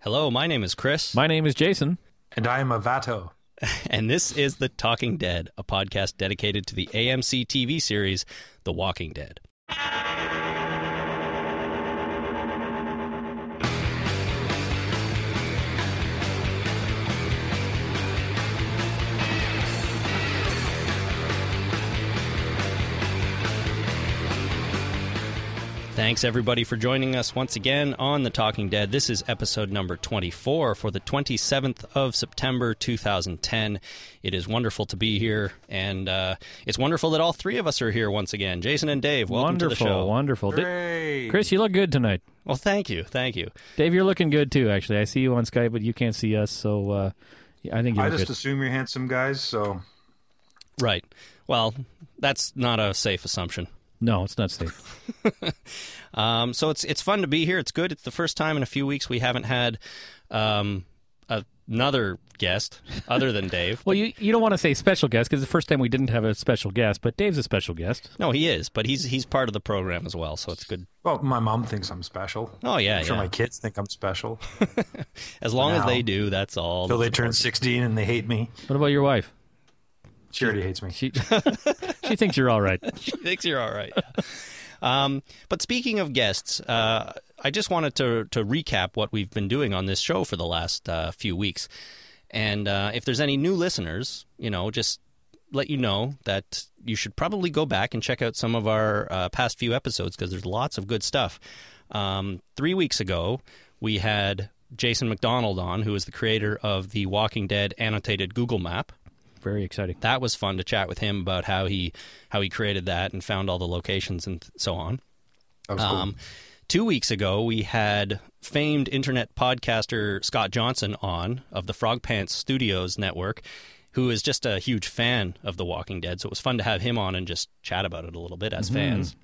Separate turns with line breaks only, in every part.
Hello, my name is Chris,
My name is Jason.
And I am a Vato.
and this is The Talking Dead, a podcast dedicated to the AMC TV series The Walking Dead. Thanks everybody for joining us once again on The Talking Dead. This is episode number 24 for the 27th of September 2010. It is wonderful to be here, and uh, it's wonderful that all three of us are here once again. Jason and Dave, welcome
wonderful,
to the show.
wonderful. Di-
Hooray!
Chris, you look good tonight.
Well, thank you, thank you.
Dave, you're looking good too. Actually, I see you on Skype, but you can't see us, so uh, I think you
I
look
just
good.
assume you're handsome guys, so
Right. Well, that's not a safe assumption.
No, it's not safe.
Um, so it's it's fun to be here. It's good. It's the first time in a few weeks we haven't had um, another guest other than Dave.
Well, you you don't want to say special guest because the first time we didn't have a special guest, but Dave's a special guest.
No, he is, but he's he's part of the program as well. So it's good.
well, my mom thinks I'm special.
Oh yeah,
I'm sure
yeah.
my kids think I'm special.
as long as
now.
they do, that's all.
Until they turn 16 and they hate me.
What about your wife?
She already hates me.
She she thinks you're all right.
she thinks you're all right. um, but speaking of guests, uh, I just wanted to to recap what we've been doing on this show for the last uh, few weeks. And uh, if there's any new listeners, you know, just let you know that you should probably go back and check out some of our uh, past few episodes because there's lots of good stuff. Um, three weeks ago, we had Jason McDonald on, who is the creator of the Walking Dead annotated Google map
Very exciting.
that was fun to chat with him about how he how he created that and found all the locations and th- so on.
That was cool.
Um, two weeks ago, we had famed internet podcaster Scott Johnson on of the Frog Pants Studios network, who is just a huge fan of The Walking Dead. So it was fun to have him on and just chat about it a little bit as fans.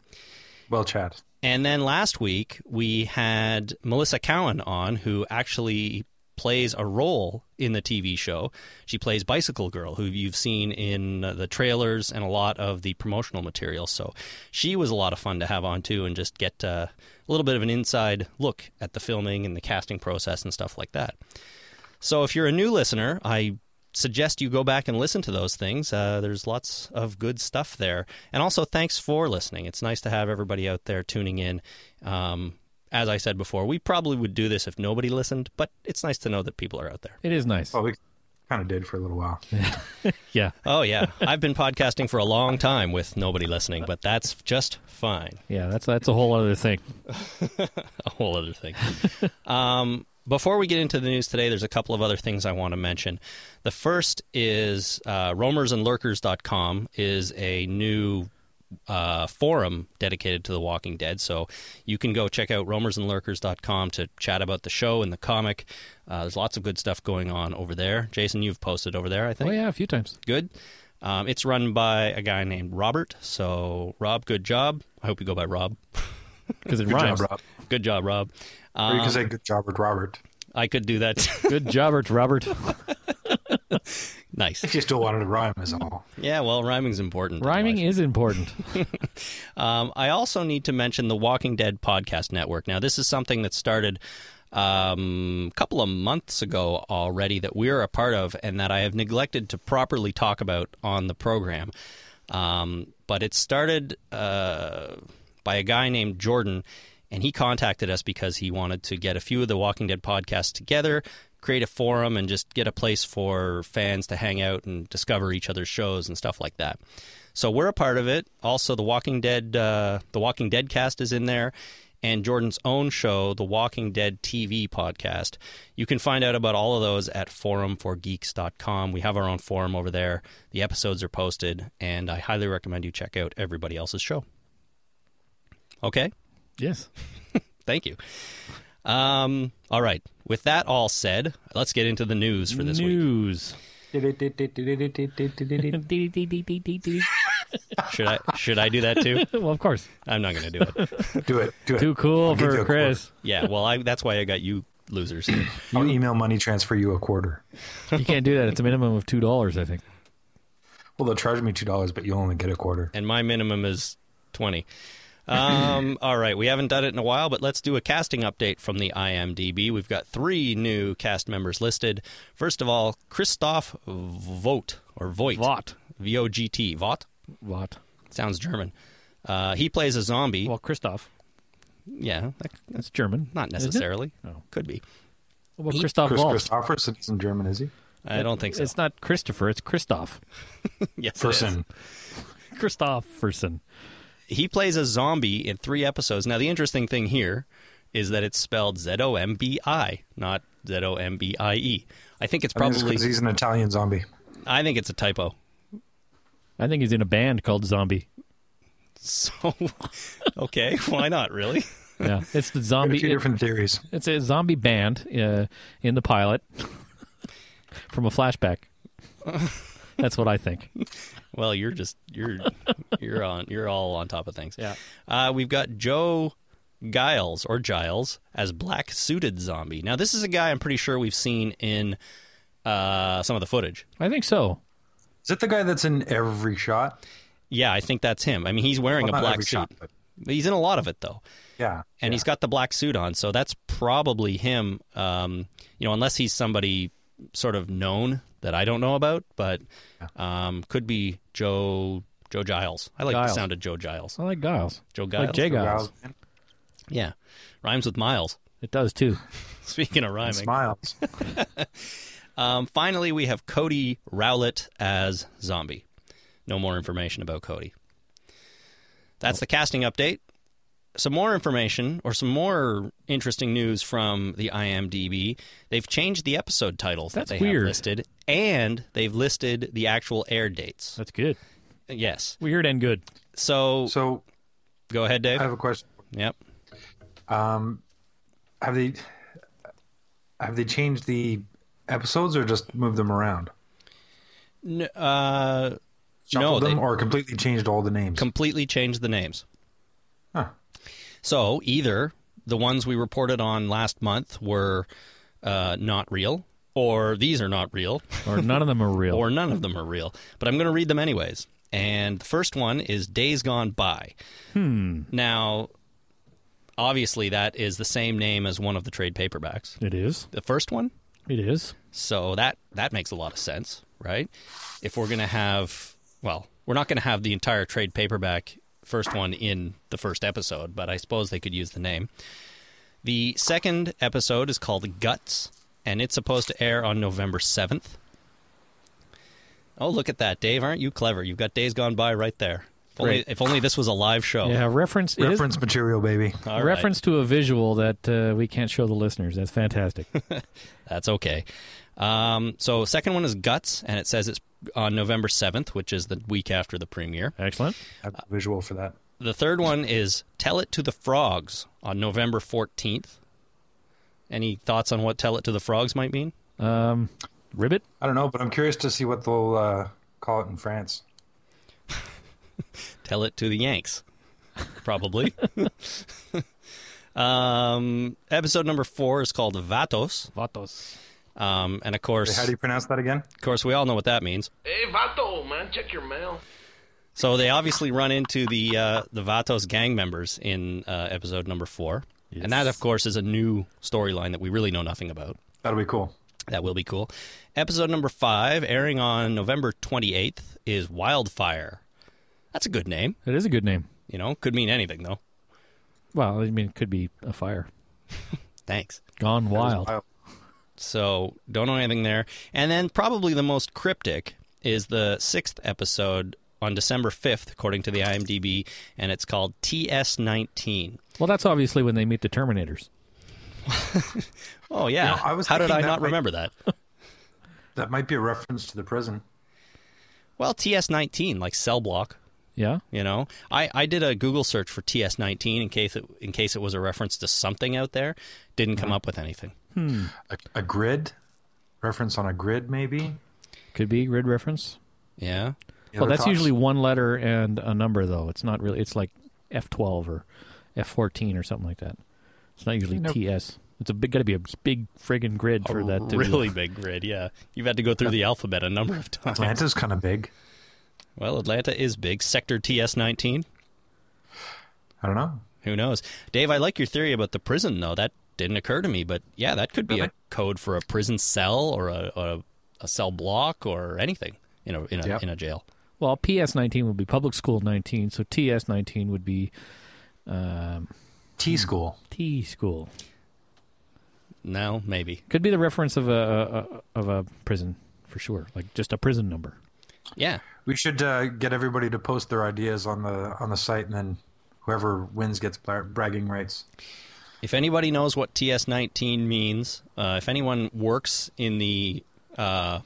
Well, Chad,
And then last week we had Melissa Cowan on, who actually plays a role in the TV show. She plays Bicycle Girl, who you've seen in uh, the trailers and a lot of the promotional material. So she was a lot of fun to have on too, and just get uh, a little bit of an inside look at the filming and the casting process and stuff like that. So if you're a new listener, I suggest you go back and listen to those things. Uh, there's lots of good stuff there. And also, thanks for listening. It's nice to have everybody out there tuning in. Um, as I said before, we probably would do this if nobody listened, but it's nice to know that people are out there.
It is nice.
well, we kind of did for a little while.
Yeah,
Oh, yeah. I've been podcasting for a long time with nobody listening, but that's just fine.
yeah. That's that's a whole other thing.
a whole other thing. um, before we get into the news today, there's a couple of other things I want to mention. The first is uh, roamersandlurkers.com is a new uh, forum dedicated to The Walking Dead. So you can go check out roamersandlurkers.com to chat about the show and the comic. Uh, there's lots of good stuff going on over there. Jason, you've posted over there, I think
Oh yeah, a few times.
good. Um, it's run by a guy named Robert. So, Rob, good job. I hope you go by Rob.
Because it
Good
rhymes.
job, Rob.
Good job, Rob.
Or you
Um,
can say good job, Robert.
I could do that.
Good job, Robert. Robert.
nice.
If you still wanted to rhyme, is all.
Yeah, well, rhyming's important.
Rhyming is important.
Um, I also need to mention the Walking Dead Podcast Network. Now, this is something that started um, a couple of months ago already that we're a part of and that I have neglected to properly talk about on the program. Um, but it started uh, by a guy named Jordan, and he contacted us because he wanted to get a few of the Walking Dead podcasts together. Create a forum and just get a place for fans to hang out and discover each other's shows and stuff like that. So we're a part of it. Also, the Walking Dead, uh, the Walking Dead cast is in there, and Jordan's own show, the Walking Dead TV podcast. You can find out about all of those at forumforgeeks.com. We have our own forum over there. The episodes are posted, and I highly recommend you check out everybody else's show. Okay,
yes.
thank you. Um, all right. With that all said, let's get into the news for this week.
News.
Should I should I do that too?
well, of course.
I'm not going to do it.
Do it. Do it.
Too cool
I'll give you
for
a
Chris.
Yeah, well, I, that's why I got you losers.
I'll email money transfer you a quarter.
You can't do that. It's a minimum of two dollars, I think.
Well, they'll charge me $2, but you'll only get a quarter.
and my minimum is 20. Um, all right, we haven't done it in a while, but let's do a casting update from the IMDb. We've got three new cast members listed. First of all, Christoph Vogt or Voigt,
Vought.
V O G T, Vogt
Vought.
sounds German. Uh, he plays a zombie.
Well, Christoph.
yeah, that-
That's German.
not
isn't it?
necessarily.
Oh.
Could be.
What about Christoph
Chris
Waltz?
Christopherson isn't German, is he?
I don't think so.
It's not Christopher. It's Christoph.
yes, it is.
Person.
Christopherson.
he plays a zombie in three episodes. Now, the interesting thing here is that it's spelled Z O M B I, not Z O M B I E. I think it's
Probably.
probably.
he's an Italian zombie.
I think it's a typo.
I think he's in a band called Zombie.
So, okay, why not? Really?
Yeah, it's the
Got a
zombie.
few
it-
different theories.
it's a zombie band uh, in the pilot from a flashback. That's what I think.
Well, you're just you're you're on you're all on top of things.
Yeah.
Uh, we've got Joe Giles or Giles as black suited zombie. Now, this is a guy I'm pretty sure we've seen in uh, some of the footage.
I think so.
Is that the guy that's in every shot?
Yeah, I think that's him. I mean, he's wearing
Well,
a
not
black
every
suit.
shot, but
He's in a lot of it though.
yeah.
and he's got the black suit on, so that's probably him. Um, you know, unless he's somebody sort of known that I don't know about, but um, could be Joe Joe Giles. I like the
Giles.
sound of Joe Giles.
I like Giles.
Joe Giles.
Like Jay Giles.
Roused and
Yeah, rhymes with Miles.
It does too.
Speaking of rhyming,
smiles.
um, finally we have Cody Rowlett as Zombie. No more information about Cody. That's the casting update. Some more information or some more interesting news from the IMDb. They've changed the episode titles
That's
that they
weird.
have listed, and they've listed the actual air dates.
That's good.
Yes.
Weird and good.
So,
so
go ahead, Dave.
I have a question.
yep.
Have they have they changed the episodes or just moved them around?
N- uh, no,
Shuffled
they
them or completely changed all the names?
completely changed the names.
Huh.
So either the ones we reported on last month were uh, not real, or these are not real,
Or none of them are real.
or none of them are real. But I'm going to read them anyways. And the first one is Days Gone By. Hmm. Now, obviously, that is the same name as one of the trade paperbacks.
it is.
The first one,
It is.
so that that makes a lot of sense, right? If we're going to have, well, we're not going to have the entire trade paperback first one in the first episode, but I suppose they could use the name. The second episode is called Guts, and it's supposed to air on November 7th. Oh, look at that, Dave. Aren't you clever? You've got days gone by right there. If only,
Great.
if only this was a live show.
Yeah, reference. it is-
Reference material, baby.
Oh. All right.
reference to a visual that uh, we can't show the listeners. That's fantastic.
That's okay. Um, so second one is Guts, and it says it's on November 7th, which is the week after the premiere.
Excellent.
I have a visual for that.
The third one is Tell It to the Frogs on November 14th. Any thoughts on what Tell It to the Frogs might mean?
Um, Ribbit.
I don't know, but I'm curious to see what they'll uh, call it in France.
Tell It to the Yanks, probably. um, episode number four is called Vatos.
Vatos.
Um, and of course,
How do you pronounce that again?
of course, we all know what that means.
Hey, Vato, man, check your mail.
So they obviously run into the uh, the Vatos gang members in uh, episode number four, and that, of course, is a new storyline that we really know nothing about.
That'll be cool.
That will be cool. Episode number five, airing on November twenty eighth, is Wildfire. That's a good name.
It is a good name.
You know, could mean anything though.
Well, I mean, it could be a fire.
Thanks.
Gone wild.
So don't know anything there. And then probably the most cryptic is the sixth episode on December fifth, according to the IMDb, and it's called TS nineteen.
Well, that's obviously when they meet the Terminators.
Oh yeah.
You know, I was
How did
thinking
I
that
not
might-
remember that?
That might be a reference to the prison.
Well, TS19, like cell block,
Yeah.
you know. I, I did a Google search for TS19 in case it in case it was a reference to something out there. Didn't come up with anything.
A, a grid? Reference on a grid, maybe?
Could be grid reference.
Yeah.
Any
well,
other
that's
thoughts?
usually one letter and a number, though. It's not really. It's like F twelve or F fourteen or something like that. It's not usually
You know-
TS. It's a big. Got to be a big friggin' grid for that. To
Oh, really big grid, yeah. You've had to go through the alphabet a number of times.
Atlanta's kind of big.
Well, Atlanta is big. Sector TS19.
I don't know.
Who knows? Dave, I like your theory about the prison, though. That didn't occur to me, but yeah, that could be a
Really?
code for a prison cell or a, or a, a cell block or anything in a in a,
Yep.
in a jail.
Well, PS nineteen would be public school nineteen, so TS nineteen would be um,
T school.
T school.
No, maybe.
Could be the reference of a, a of a prison for sure, like just a prison number.
Yeah,
We should uh, get everybody to post their ideas on the on the site, and then whoever wins gets bra- bragging rights.
If anybody knows what TS19 means, uh, if anyone works in the uh,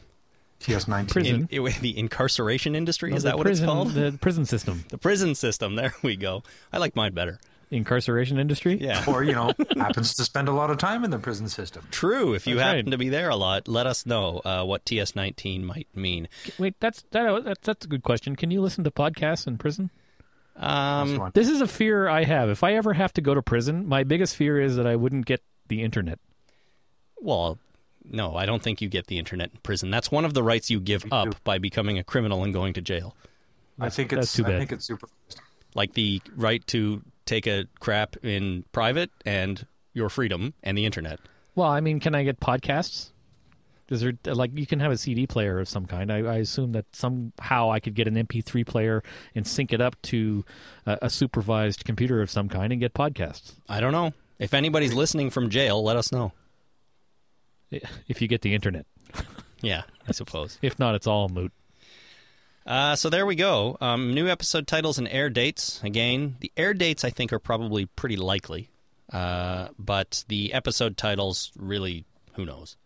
TS nineteen.
Prison.
in, i- the incarceration industry, is
No, the
that what
prison,
it's called? The...
The prison system,
prison system. There we go. I like mine better.
incarceration industry.
Yeah.
or you know, happens to spend a lot of time in the prison system.
True. If you
That's
happen
right.
to be there a lot, let us know uh, what TS19 might mean.
Wait, that's that, oh, that's that's a good question. Can you listen to podcasts in prison?
That's
Um,
one.
This is a fear I have. If I ever have to go to prison, my biggest fear is that I wouldn't get the internet.
well, no, I don't think you get the internet in prison. That's one of the rights you give up by becoming a criminal and going to jail.
I think
that's
it's.
too bad.
I think it's super.
Like the right to take a crap in private and your freedom and the internet.
Well, I mean, can I get podcasts? Is there like you can have a CD player of some kind? I, I assume that somehow I could get an MP3 player and sync it up to uh, a supervised computer of some kind and get podcasts.
I don't know. If anybody's listening from jail, let us know.
If you get the internet,
Yeah, I suppose.
if not, it's all moot.
Uh, so there we go. Um, new episode titles and air dates. Again, the air dates I think are probably pretty likely, uh, but the episode titles really, who knows?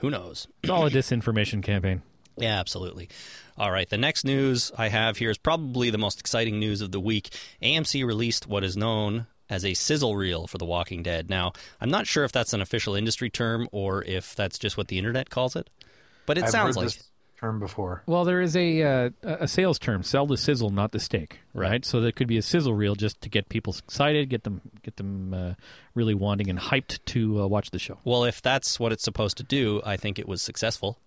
Who knows?
It's all a disinformation campaign.
Yeah, absolutely. All right, the next news I have here is probably the most exciting news of the week. AMC released what is known as a sizzle reel for The Walking Dead. Now, I'm not sure if that's an official industry term or if that's just what the internet calls it, but it
I've
sounds
heard
like
this term before.
Well, there is a uh, a sales term: sell the sizzle, not the steak. Right. So that could be a sizzle reel just to get people excited, get them get them uh, really wanting and hyped to uh, watch the show.
Well, if that's what it's supposed to do, I think it was successful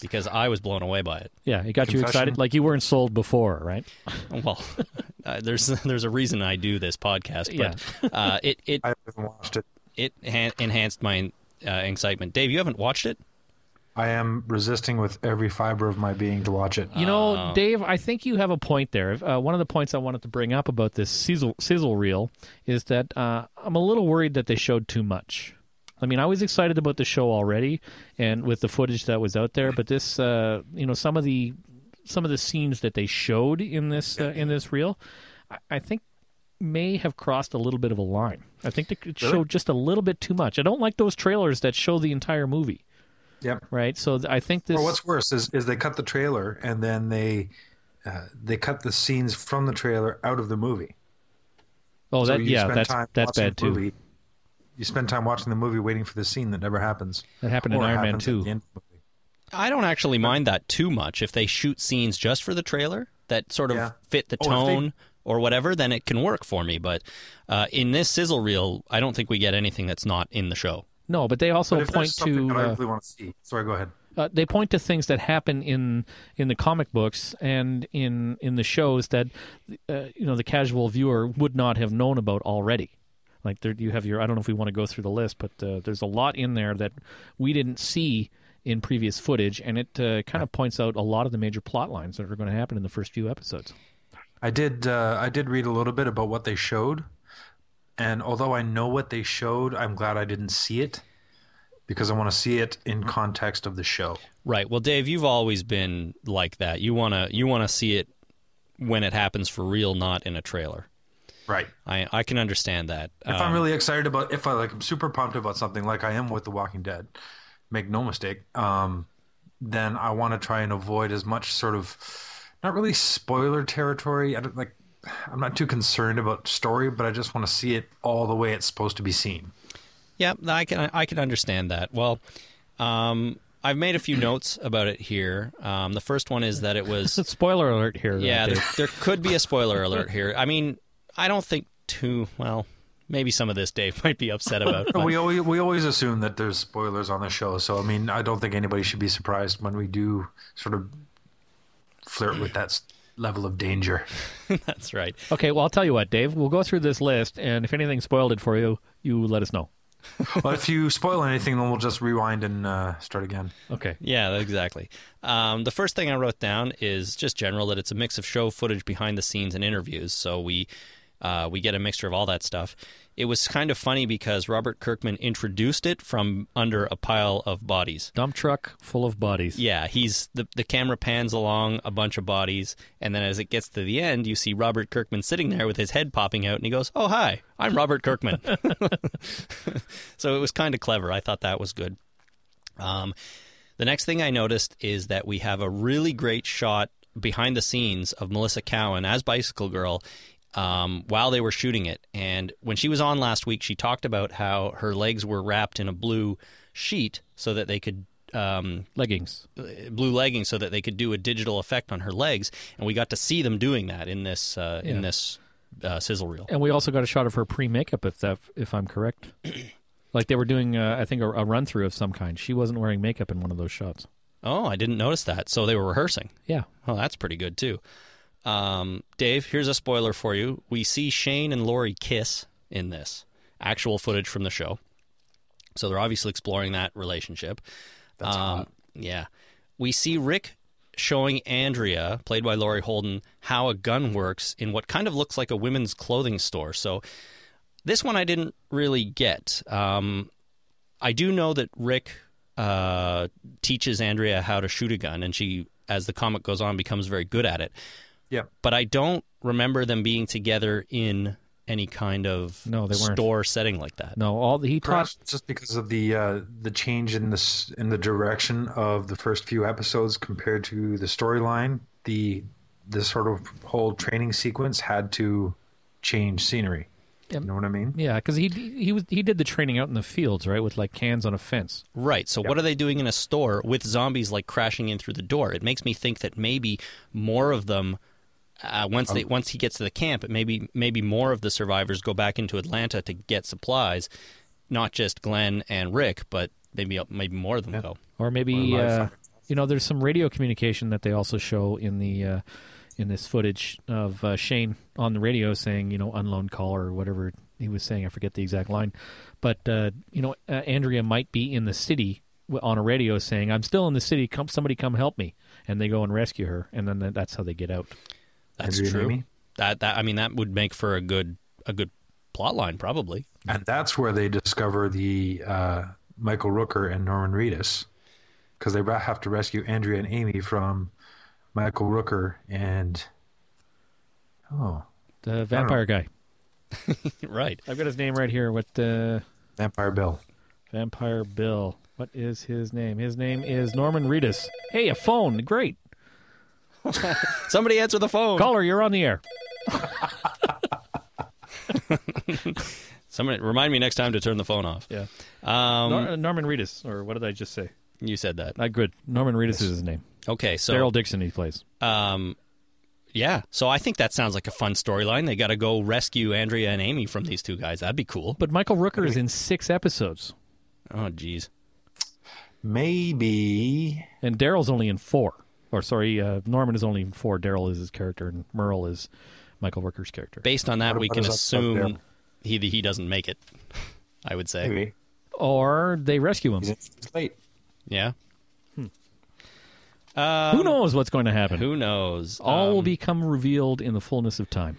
because I was blown away by it.
Yeah, it got you
Confession.
excited, like you weren't sold before, right?
Well, uh, there's there's a reason I do this podcast, but uh, it it
I haven't watched it.
it ha- enhanced my uh, excitement. Dave, you haven't watched it?
I am resisting with every fiber of my being to watch it.
You know,
Um,
Dave, I think you have a point there. Uh, one of the points I wanted to bring up about this sizzle, sizzle reel is that uh, I'm a little worried that they showed too much. I mean, I was excited about the show already, and with the footage that was out there, but this, uh, you know, some of the some of the scenes that they showed in this uh, in this reel, I, I think may have crossed a little bit of a line. I think they could show just a little bit too much. I don't like those trailers that show the entire movie,
Yep.
right? So th- I think this.
Or what's worse is is they cut the trailer and then they uh, they cut the scenes from the trailer out of the movie.
oh,
So
that
you
yeah,
spend
that's
time
that's
watching
bad
the
too.
movie- You spend time watching the movie waiting for the scene that never happens.
That happened in
Or
Iron Man
happens at
2.
the end of the movie.
I don't actually mind that too much if they shoot scenes just for the trailer that sort of
Yeah.
fit the
Oh, if they-
tone or whatever. Then it can work for me. But uh, in this sizzle reel, I don't think we get anything that's not in the show.
No, but they
But
also
if
point
there's something
to
that I
uh,
really want to see. Sorry, go ahead.
uh, they point to things that happen in in the comic books and in in the shows that uh, you know the casual viewer would not have known about already. Like there, you have your I don't know if we want to go through the list, but uh, there's a lot in there that we didn't see in previous footage, and it uh, kind of points out a lot of the major plot lines that are going to happen in the first few episodes.
I did. Uh, I did read a little bit about what they showed, and although I know what they showed, I'm glad I didn't see it because I want to see it in context of the show.
Right. Well, Dave, you've always been like that. You wanna you wanna see it when it happens for real, not in a trailer.
Right.
I I can understand that.
If
Um,
I'm really excited about, if I like, I'm super pumped about something, like I am with The Walking Dead. Make no mistake. Um, then I want to try and avoid as much sort of, not really spoiler territory. I don't like. I'm not too concerned about story, but I just want to see it all the way it's supposed to be seen.
Yeah, I can I can understand that. Well, um, I've made a few notes about it here. Um, the first one is that it was
Spoiler alert here. uh,
yeah,
Dave.
there, there could be a spoiler alert here. I mean, I don't think too well. Maybe some of this Dave might be upset about. but-
We always we always assume that there's spoilers on the show, so I mean, I don't think anybody should be surprised when we do sort of flirt with that s- level of danger.
That's right.
Okay, well, I'll tell you what, Dave. We'll go through this list, and if anything spoiled it for you, you let us know.
well, if you spoil anything, then we'll just rewind and uh, start again.
Okay.
Yeah, exactly. Um, the first thing I wrote down is just general that it's a mix of show footage, behind the scenes, and interviews. So we uh, we get a mixture of all that stuff. It was kind of funny because Robert Kirkman introduced it from under a pile of bodies.
Dump truck full of bodies.
Yeah, he's the the camera pans along a bunch of bodies, and then as it gets to the end, you see Robert Kirkman sitting there with his head popping out, and he goes, "Oh hi, I'm Robert Kirkman." so it was kind of clever. I thought that was good. Um, the next thing I noticed is that we have a really great shot behind the scenes of Melissa Cowan as Bicycle Girl um, while they were shooting it. And when she was on last week, she talked about how her legs were wrapped in a blue sheet so that they could. Um,
Leggings.
blue leggings so that they could do a digital effect on her legs, and we got to see them doing that in this uh, in
Yeah.
this uh, sizzle reel.
And we also got a shot of her pre makeup, if that, if I'm correct. like they were doing, uh, I think, a, a run through of some kind. She wasn't wearing makeup in one of those shots.
Oh, I didn't notice that. So they were rehearsing.
Yeah.
Oh, that's pretty good too. Um, Dave, here's a spoiler for you. We see Shane and Lori kiss in this actual footage from the show. So they're obviously exploring that relationship. That's hot. Yeah. We see Rick showing Andrea, played by Lori Holden, how a gun works in what kind of looks like a women's clothing store. So this one I didn't really get. Um, I do know that Rick uh, teaches Andrea how to shoot a gun, and she, as the comic goes on, becomes very good at it.
Yep.
But I don't remember them being together in any kind of
No, they weren't.
store setting like that.
No, all the, he taught.
Perhaps just because of the uh, the change in this in the direction of the first few episodes compared to the storyline, the the sort of whole training sequence had to change scenery. You know what I mean?
Yeah, because he he was he did the training out in the fields, right, with like cans on a fence.
Right. So, what are they doing in a store with zombies like crashing in through the door? It makes me think that maybe more of them. Uh, once they once he gets to the camp, maybe maybe more of the survivors go back into Atlanta to get supplies, not just Glenn and Rick, but maybe maybe more of them go.
Or maybe uh, you know, there's some radio communication that they also show in the uh, in this footage of uh, Shane on the radio saying, you know, unloaned call or whatever he was saying. I forget the exact line, but uh, you know, uh, Andrea might be in the city w- on a radio saying, "I'm still in the city. Come, somebody come help me," and they go and rescue her, and then th- that's how they get out.
That's
Andrea and
true.
Amy?
That that I mean that would make for a good a good plot line probably.
And that's where they discover the uh, Michael Rooker and Norman Reedus, because they ra- have to rescue Andrea and Amy from Michael Rooker and oh,
The vampire guy.
right.
I've got his name right here. What the
Vampire Bill.
Vampire Bill. What is his name? His name is Norman Reedus. Hey, a phone. Great.
Somebody answer the phone.
Caller, you're on the air.
Somebody remind me next time to turn the phone off.
Yeah.
Um,
Nor- uh, Norman Reedus, or what did I just say?
you said that.
Not good. Norman Reedus is his name.
Okay, so
Daryl Dixon he plays.
Um, yeah, so I think that sounds like a fun storyline. They got to go rescue Andrea and Amy from these two guys. That'd be cool.
But Michael Rooker is in six episodes,
Oh, geez.
Maybe
and Daryl's only in four. Or sorry, uh, Norman is only in four. Daryl is his character, and Merle is Michael Rooker's character.
Based on that,
What-
we
what
can
is up- up
assume
there?
he he doesn't make it. I would say,
maybe
Or they rescue him.
it's it's late.
yeah.
um, Who um, knows what's going to happen?
Who knows?
All will become revealed in the fullness of time.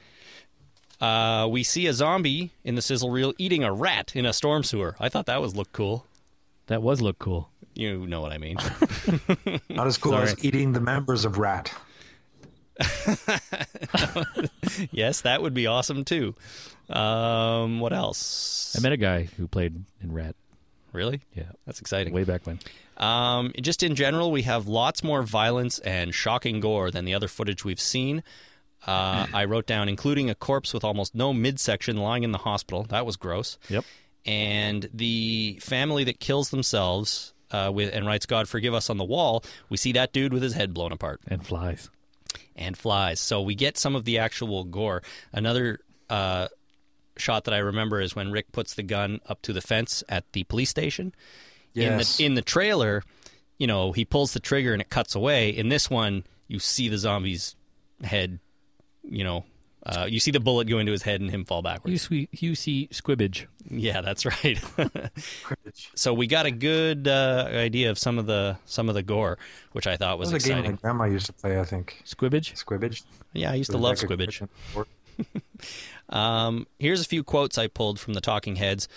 Uh, we see a zombie in the sizzle reel eating a rat in a storm sewer. I thought that was look cool.
That was look cool.
You know what I mean?
Not as cool as eating the members of Rat.
yes, that would be awesome too. Um, what else?
I met a guy who played in Rat.
Really?
Yeah,
That's exciting.
way back when.
Um, just in general, we have lots more violence and shocking gore than the other footage we've seen. Uh, I wrote down, including a corpse with almost no midsection lying in the hospital. That was gross.
Yep.
And the family that kills themselves uh, with and writes, "God forgive us" on the wall. We see that dude with his head blown apart
And flies.
and flies. So we get some of the actual gore. Another uh, shot that I remember is when Rick puts the gun up to the fence at the police station.
Yes.
In the in the trailer, you know, he pulls the trigger and it cuts away. In this one, you see the zombies head, you know, uh, you see the bullet go into his head and him fall
You
backwards.
see, you see squibbage.
Yeah, that's right. so we got a good uh, idea of some of the some of the gore, which I thought was
That was a game my
exciting.
grandma used to play, I think.
Squibbage?
Squibbage.
Yeah, I used to love Squibbage. Um, here's a few quotes I pulled from the Talking Heads.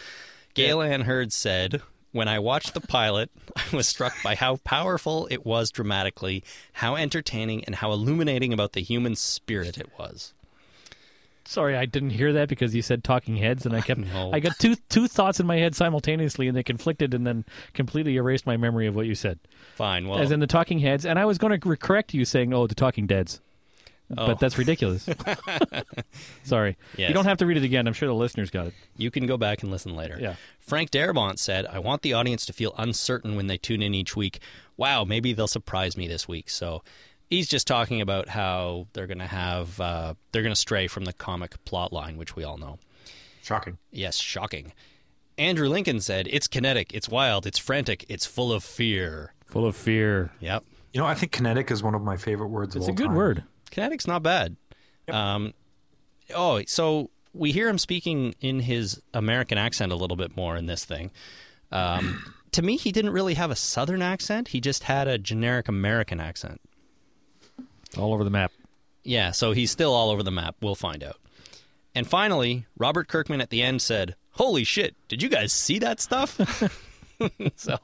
Gail Ann Hurd said, When I watched the pilot, I was struck by how powerful it was dramatically, how entertaining, and how illuminating about the human spirit it was.
Sorry, I didn't hear that because you said talking heads, and I kept.
No.
I got two two thoughts in my head simultaneously, and they conflicted, and then completely erased my memory of what you said.
Fine. Well,
As in the Talking Heads, and I was going to correct you saying, "Oh, the Talking Deads,"
Oh.
but that's ridiculous. Sorry,
Yes.
you don't have to read it again. I'm sure the listeners got it.
you can go back and listen later.
Yeah.
Frank Darabont said, I want the audience to feel uncertain when they tune in each week. Wow, maybe they'll surprise me this week. So he's just talking about how they're going to have, uh, they're going to stray from the comic plot line, which we all know.
Shocking.
Yes, shocking. Andrew Lincoln said, It's kinetic, it's wild, it's frantic, it's full of fear.
Full of fear.
Yep.
You know, I think kinetic is one of my favorite words
It's
of
a
all
good
time.
word.
Kinetic's not bad. Um, oh, so we hear him speaking in his American accent a little bit more in this thing. Um, to me, he didn't really have a Southern accent, he just had a generic American accent.
All over the map.
Yeah, so he's still all over the map. We'll find out. And finally, Robert Kirkman at the end said, Holy shit, did you guys see that stuff? so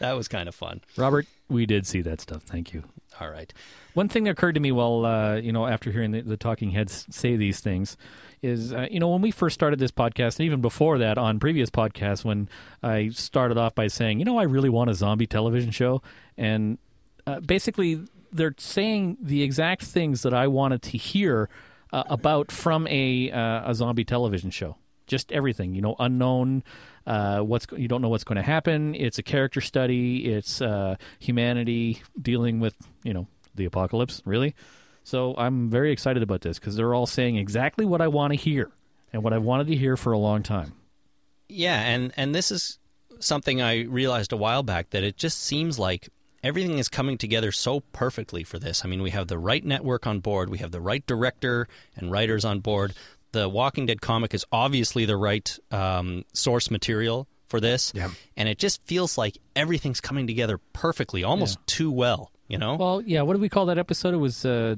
that was kind of fun.
Robert, we did see that stuff. Thank you.
All right.
One thing that occurred to me while uh, you know after hearing the, the talking heads say these things is uh, you know when we first started this podcast and even before that on previous podcasts when I started off by saying you know I really want a zombie television show and uh, basically they're saying the exact things that I wanted to hear uh, about from a uh, a zombie television show just everything you know unknown uh, what's you don't know what's going to happen it's a character study it's uh, humanity dealing with you know the apocalypse really so i'm very excited about this because they're all saying exactly what i want to hear and what i wanted to hear for a long time
Yeah, and and this is something I realized a while back that it just seems like everything is coming together so perfectly for this. I mean, we have the right network on board, we have the right director and writers on board. The Walking Dead comic is obviously the right um, source material for this,
Yeah.
and it just feels like everything's coming together perfectly, almost too well. You know?
well yeah what did we call that episode it was uh,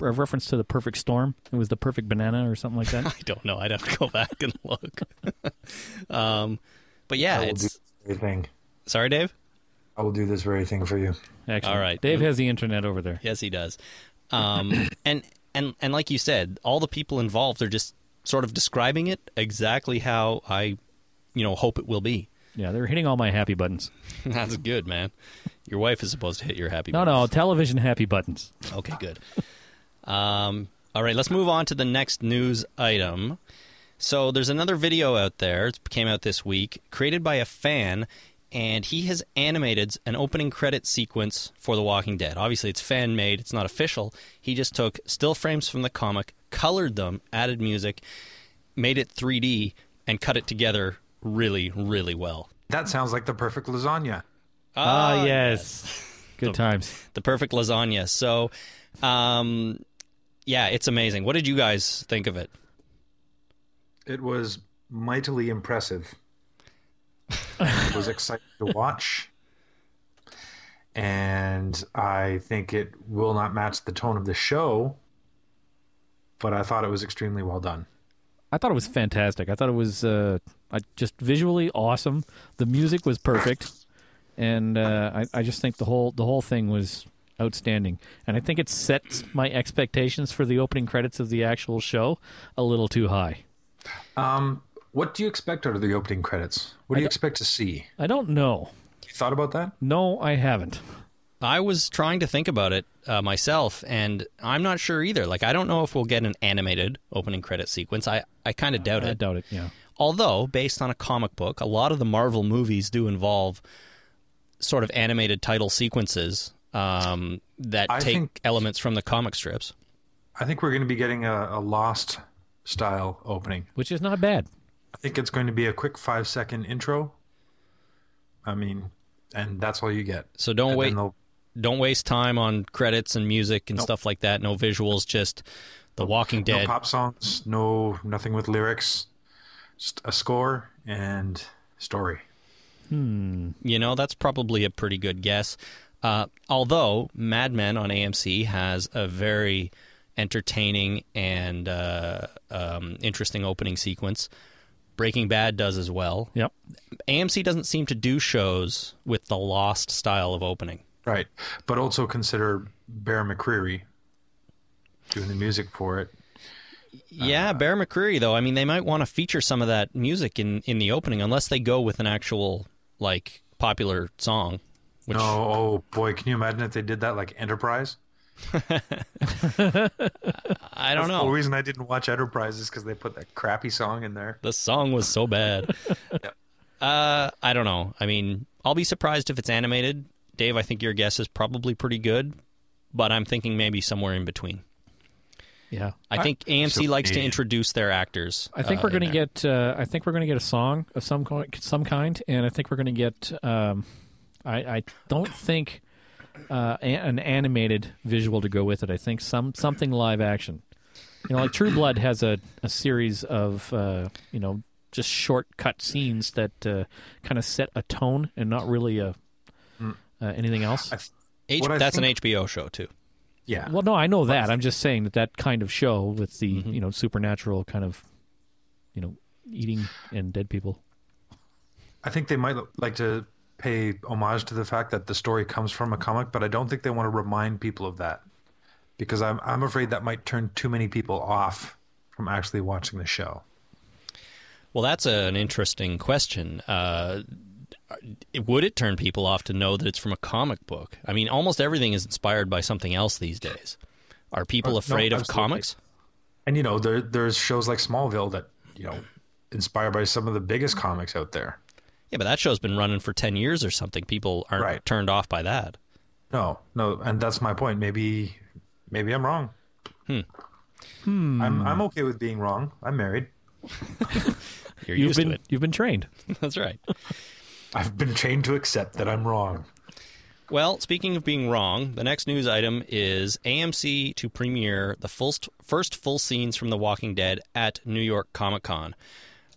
a reference to the perfect storm it was the perfect banana or something like that
I don't know. I'd have to go back and look. um, but yeah,
I will, do
it's
this very thing.
sorry, Dave.
I will do this very thing for you.
Actually,
All right.
dave has the internet over there
Yes, he does. Um, and and and like you said, all the people involved are just sort of describing it exactly how I, you know, hope it will be.
yeah they're hitting all my happy buttons
That's good, man. Your wife is supposed to hit your happy.
no no television happy buttons
no. Okay, good. Um, all right, let's move on to the next news item. So there's another video out there. It came out this week, created by a fan, and he has animated an opening credit sequence for The Walking Dead. Obviously, it's fan made. It's not official. He just took still frames from the comic, colored them, added music, made it 3D, and cut it together really, really well.
That sounds like the perfect lasagna.
Ah, yes. Good times.
the perfect lasagna. So, um, yeah, it's amazing. What did you guys think of it?
It was mightily impressive. it was exciting to watch. And I think it will not match the tone of the show, but I thought it was extremely well done.
I thought it was fantastic. I thought it was uh, I- just visually awesome. The music was perfect, and uh, I, I just think the whole the whole thing was outstanding. And I think it sets my expectations for the opening credits of the actual show a little too high.
Um, what do you expect out of the opening credits? What do you expect to see?
I don't know.
You thought about that?
No, I haven't.
I was trying to think about it uh, myself, and I'm not sure either. Like, I don't know if we'll get an animated opening credit sequence. I, I kind of doubt
I
it.
doubt it. Yeah.
Although, based on a comic book, a lot of the Marvel movies do involve sort of animated title sequences um, that
I
take
think-
elements from the comic strips.
I think we're going to be getting a, a lost style opening.
Which is not bad.
I think it's going to be a quick five second intro. I mean, and that's all you get.
So don't
and
Oh, wait.
Then they'll
don't waste time on credits and music and stuff like that. No visuals, just The Walking
No
Dead.
pop songs, no nothing with lyrics, just a score and story.
You know, that's probably a pretty good guess. Uh, although Mad Men on AMC has a very entertaining and uh, um, interesting opening sequence. Breaking Bad does as well.
Yep.
AMC doesn't seem to do shows with the lost style of opening.
Right. But also consider Bear McCreary doing the music for it.
Yeah, Bear McCreary though. I mean, they might want to feature some of that music in in the opening, unless they go with an actual like popular song. Which,
No, oh boy, can you imagine if they did that like Enterprise?
I don't
The
know.
reason I didn't watch Enterprise is because they put that crappy song in there.
The song was so bad. uh, I don't know. I mean, I'll be surprised if it's animated. Dave, I think your guess is probably pretty good, but I'm thinking maybe somewhere in between.
Yeah.
I think AMC
So-
likes to introduce their actors.
I think
uh,
we're
in
going to
there.
get. Uh, I think we're going to get a song of some co- some kind, and I think we're going to get. Um, I I don't think uh, a- an animated visual to go with it. I think some something live action. You know, like True Blood has a, a series of uh, you know just shortcut scenes that uh, kind of set a tone and not really a uh, anything else.
I th-
H-
what I
that's
think-
an HBO show too.
yeah.
Well, no, I know that. I'm just saying that that kind of show with the you know supernatural kind of you know eating and dead people.
I think they might like to pay homage to the fact that the story comes from a comic, but I don't think they want to remind people of that because I'm I'm afraid that might turn too many people off from actually watching the show.
Well, that's a, an interesting question. Uh, would it turn people off to know that it's from a comic book? I mean, almost everything is inspired by something else these days. Are people
Uh, no,
afraid of
absolutely.
comics?
And you know, there there's shows like Smallville that you know inspired by some of the biggest comics out there.
Yeah, but that show's been running for 10 years or something. People aren't
Right.
turned off by that.
No, no, and that's my point. Maybe, maybe I'm wrong. Hmm. I'm I'm okay with being wrong. I'm married.
You're
You've
used
been
to it.
you've been trained.
That's right.
I've been trained to accept that I'm wrong.
Well, speaking of being wrong, the next news item is AMC to premiere the full first full scenes from The Walking Dead at New York Comic Con.